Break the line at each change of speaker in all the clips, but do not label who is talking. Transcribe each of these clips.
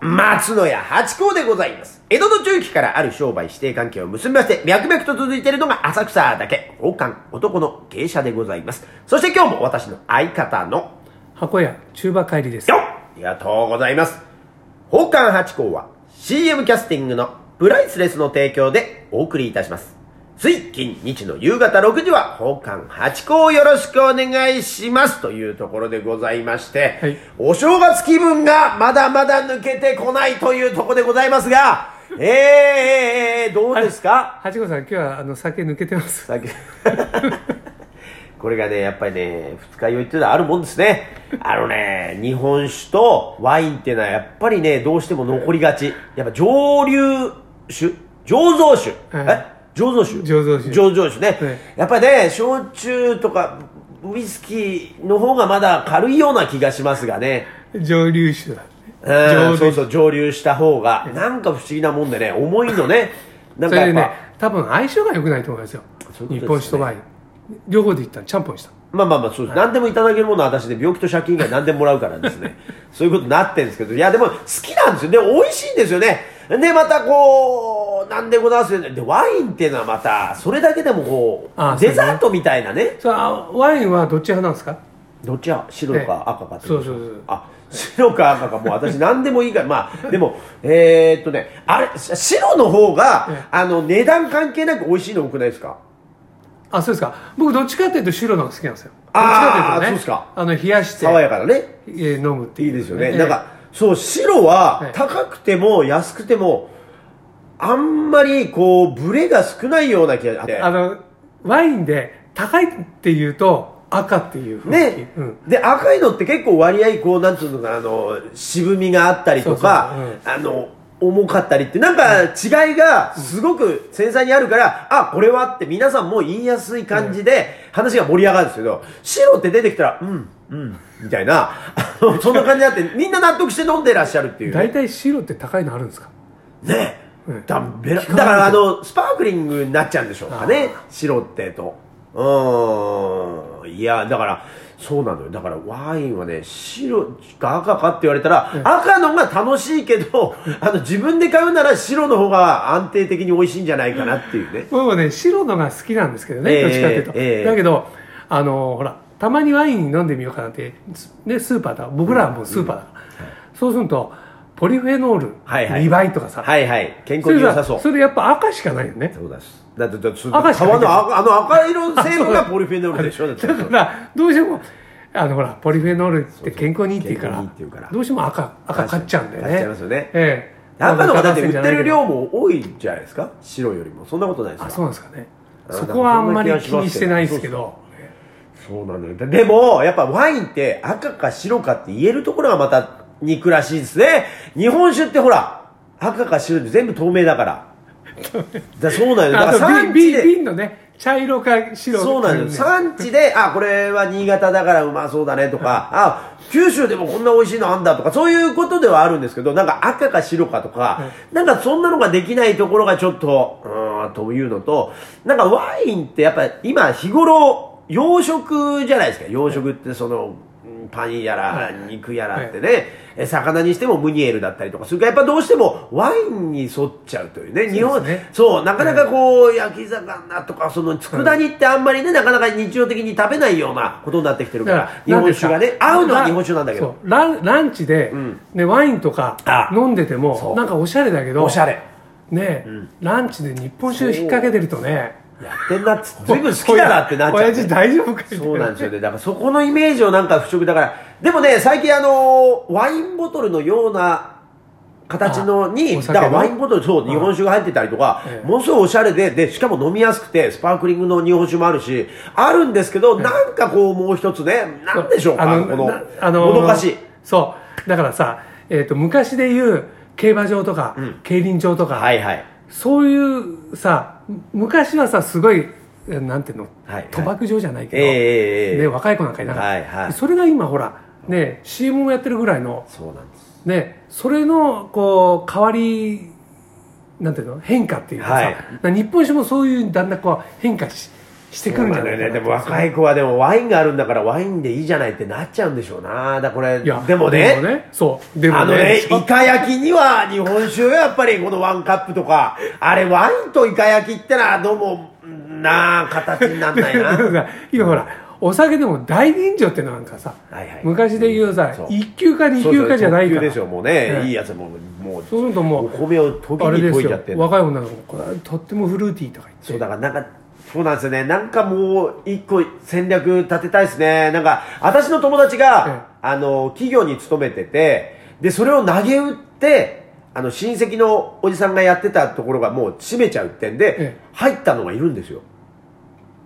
松野屋八甲でございます。江戸の中期からある商売指定関係を結びまして、脈々と続いているのが浅草だけ、宝冠男の芸者でございます。そして今日も私の相方の、
箱屋中馬帰りです
よっありがとうございます。宝冠八甲は CM キャスティングのプライスレスの提供でお送りいたします。水金日の夕方6時は宝冠八甲をよろしくお願いしますというところでございまして、
はい
お正月気分がまだまだ抜けてこないというところでございますが、えーえー、えーどうですか
八五さん今日はあの酒抜けてます
酒これがねやっぱりね二日酔いっていうのはあるもんですねあのね日本酒とワインっていうのはやっぱりねどうしても残りがちやっぱ蒸留酒醸造酒、
はい
え醸造酒
醸造酒
醸造酒ね、
はい
やっぱりね焼酎とかウイスキーの方がまだ軽いような気がしますがね
蒸留酒だ
うん
蒸留
そうそう蒸留した方がなんか不思議なもんでね重いのねなん
そ
かや
れで
っぱ、
ね多分相性が良くないと思いますよ
そういう
日
こと
本
ですね
酒とワイン両方でいったんちゃんぽんした
まあまあまあそうです、何でもいただけるものは私で病気と借金以外何でももらうからです ねそういうことになってるんですけどいやでも好きなんですよね美味しいんですよねでまたこうなんでございますよねでワインっていうのはまたそれだけでもこう
あそう
デ
ね
ザートみたいなね
それあワインはどっち派なんですか
どっちや白か赤かってこと
そうそうそう
あ白か赤かもう私何でもいいからま あでもえーっとねあれし白の方
ええ
があの値段関係なく美味しいの多くないですか
あそうですか僕どっちかっていうと白の方が好きなんですよ
あー
どっちかっていうとね
そうですか
あの冷やして
爽やかなね
えー飲むってい
いういですよね、
ええ
なんかそう白
は
はい高くても安くてもあんまりこうブレが少ないような気がして
あのワインで高いっていうと赤っていう雰囲気
ね、
うん
で赤いのって結構割合こうなんつうのかなあの渋みがあったりとか
そうそう
あの重かったりってなんか違いがすごく繊細にあるから、あこれはって皆さんも言いやすい感じで話が盛り上がるんですけど白って出てきたらうんうんみたいなあのそんな感じになってみんな納得して飲んでらっしゃるっていうね、
大体白って高いのあるんですか
ね
うん
だべら
聞
だ
かない
からあのスパークリングになっちゃうんでしょうかね白ってとうーんいやだからそうなのよだからワインはね白か赤かって言われたら、赤のが楽しいけど あの自分で買うなら白の方が安定的に美味しいんじゃないかなっていうね、
僕もね白のが好きなんですけど
ええ
ねどっちかっていうと、
ええ
だけどあのほらたまにワイン飲んでみようかなって、すね、スーパーだ僕らはもうスーパーだから、そうするとポリフェノール
はいはい
2倍とかさ、
はいはい健
そ
康に
れ
良
が
さそう
それやっぱ赤しかないよね
そうですだってだってその
赤
皮
しか入
の
ってない
赤あの赤色成分がポリフェノールでしょだって
だからどうしてもあのほらポリフェノールって健康にいいって言うから
健康にいいって言うから
どうしても赤赤買っちゃうんだよね
買っちゃいますよね
ええ
赤の方がだって売って
赤せんじゃない
る
けど
量も多いんじゃないですか白よりもそんなことないですか
あそうなんですかね
あ
そこはあんまり
なんか
気
そんな気がしますけど
にしてないですけど
そうなのよ。ででも、やっぱワインって赤か白かって言えるところがまた肉らしいですね。日本酒ってほら、赤か白で全部透明だ から。だそうなのよ。だから
あと
産地
瓶
で、
瓶のね茶色か白か
そうなのよ。産地で、あ、これは新潟だからうまそうだねとか、あ、九州でもこんな美味しいのあんだとか、そういうことではあるんですけど、なんか赤か白かとか、なんかそんなのができないところがちょっと、うーん、というのと、なんかワインってやっぱり今日頃、洋食じゃないですか。洋食ってその、うんパンやら
はい
肉やらってね、え魚にしてもムニエルだったりとかするからやっぱどうしてもワインに沿っちゃうというね日
そう
本
ですね
そうなかなかこう焼き魚とかその佃煮ってあんまりねなかなか日常的に食べないようなことになってきてるか
だからら
日本酒が
な
ね
んか
合うのは日本酒なんだけど
そうランランチで、ね、ワインとか
あ
飲んでて
そ
も
う
なんかおしゃれだけど
おしゃれ
ね、ランチで日本酒引っ掛けてるとね
やってんなっつって随分好きだなってなっちゃう
親父大丈夫かいって
そうなんですよね。だからそこのイメージをなんか払拭だから。でもね、最近あのーワインボトルのような形のに、だ
あお
か
酒の
らワインボトル、そう、日本酒が入ってたりとか
え、え
ものすごいおしゃれで、で、しかも飲みやすくて、スパークリングの日本酒もあるし、あるんですけど、なんかこう、もう一つね、なんでしょうか、
あの
この
な、あの
もどかしい。
そうだからさ、えー、と昔で言う競馬場とか、競輪場とか、
はいはい。
そういうさむ昔はさすごいえなんていうの、
はい
賭博場じゃないけど、
ええええええ
ね、若い子なんかいなかった、
はいはい
それが今ほら、ね、CM もやってるぐらいの、
そうなんです。
ね、それのこう変わりなんていうの変化っていうかさ、
はい
な日本酒もそういうだんだんこう変化ししてくるんじゃ
そう
ない
なの
かな
よねでも若い子はでもワインがあるんだからワインでいいじゃないってなっちゃうんでしょうなだからこれ
いや
でもね
そうでもね
あのね、
し
イカ焼きには日本酒よ、やっぱりこのワンカップとか。あれ、ワインとイカ焼きってのはどうも、なあ、形になんないな。
だ から今ほら、お酒でも大吟醸ってなんかさ、
はいはい
昔で言うさ、
そう
一級か二
そうそう
級かじゃないから
特急でしょ、もうね。
うん
いいやつも、もう、
そうするとも
お米を時
うあれ
に
で
溶
す
いちゃ
よ
ってんの
若い女の子これはとってもフルーティーとか
そ
言
う
って
だからなんかそうなんですよねなんかもう一個戦略立てたいですねなんか私の友達が、あの企業に勤めててでそれを投げ打ってあの親戚のおじさんがやってたところがもう閉めちゃうってんで、
ええ
入ったのがいるんですよ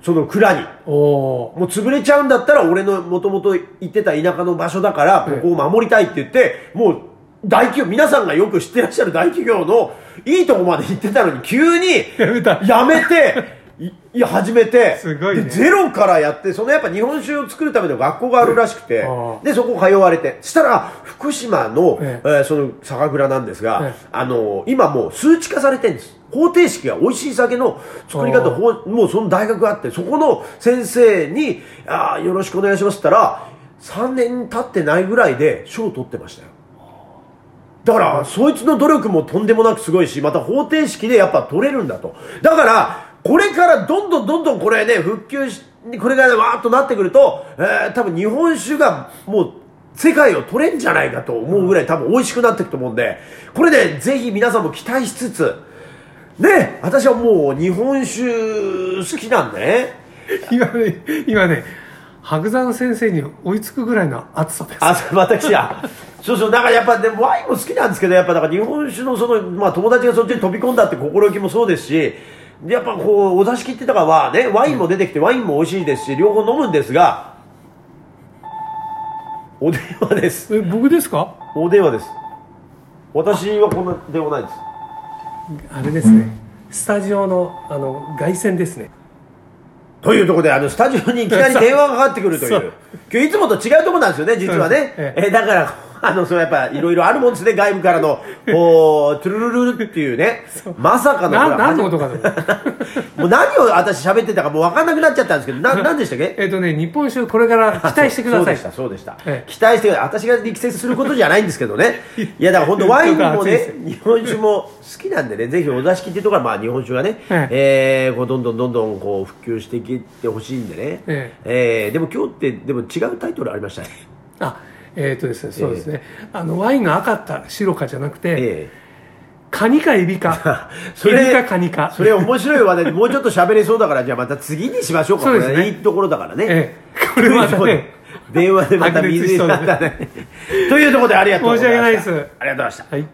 その蔵に
おお
もう潰れちゃうんだったら俺のもともと行ってた田舎の場所だから
ええ
ここを守りたいって言ってもう大企業皆さんがよく知ってらっしゃる大企業のいいとこまで行ってたのに急に
ーやめた
やめて、いいや始めて
すごいね
で、ゼロからやって、そのやっぱ日本酒を作るための学校があるらしくて、
あー
で、そこ通われて、したら、福島の、え
え
ーその酒蔵なんですが、
ええ
あのー今もう数値化されてるんです。方程式が美味しい酒の作り方、
あー
ほうもうその大学があって、そこの先生に、あーよろしくお願いしますって言ったら、3年経ってないぐらいで賞を取ってましたよ。だから、そいつの努力もとんでもなくすごいし、また方程式でやっぱ取れるんだと。だから、これからどんどんどんどんこれね、復旧し、これがね、わーっとなってくると、えー、多分日本酒がもう、世界を取れんじゃないかと思うぐらい多分美味しくなっていくと思うんで、これね、ぜひ皆さんも期待しつつ、ね、私はもう日本酒好きなんでね、
今ね今ね白山先生に追いつくぐらいの暑さです
あ、そう私は。そうそう、だからやっぱでもワインも好きなんですけど、やっぱだから日本酒のその、まあ友達がそっちに飛び込んだって心意気もそうですし、やっぱこう、お座敷ってとかはね、ワインも出てきて、ワインも美味しいですし、両方飲むんですが、お電話です。
え僕ですか
お電話です。私はこんな電話ないです。
あれですねスタジオのあの凱旋ですね
というところで、あの、スタジオにいきなり 電話がかかってくるとい
そうう。
今日いつもと違うところなんですよね、実はね。
そうです
えだから、 あの、それやっぱ、いろいろあるもんですね、外部からの、こ う、トゥルルルルっていうね、まさかの、ほら
な何のことかと思った
もう何を私喋ってたかもう分かんなくなっちゃったんですけど、 な、何でしたっけ
えっとね日本酒これから期待してください
そうそうでした、そうで
え
し
え
た。期待してください。私が力説することじゃないんですけどね。いや、だから本当ワインも
ちょっと熱
ね
い、
日本酒も好きなんでね、ぜひお座敷っていうところは、まあ日本酒がね、
え
えーこうどんどんどんどんこう普及していってほしいんでね。
え
えーでも今日って、でも違うタイトルありましたね。
あえっ、とですねそうですね、あのワインが赤か白かじゃなくて、
ええ
カニかエビか
それ
エビかカニか
それ面白い話題でもうちょっと喋れそうだから、じゃあまた次にしましょうか。
そうですね
これいいところだからね。
ええこれまたね
電話でまた水になったね。というところでありがとうございました。
申し訳
あり
ないです
がとうございました。
はい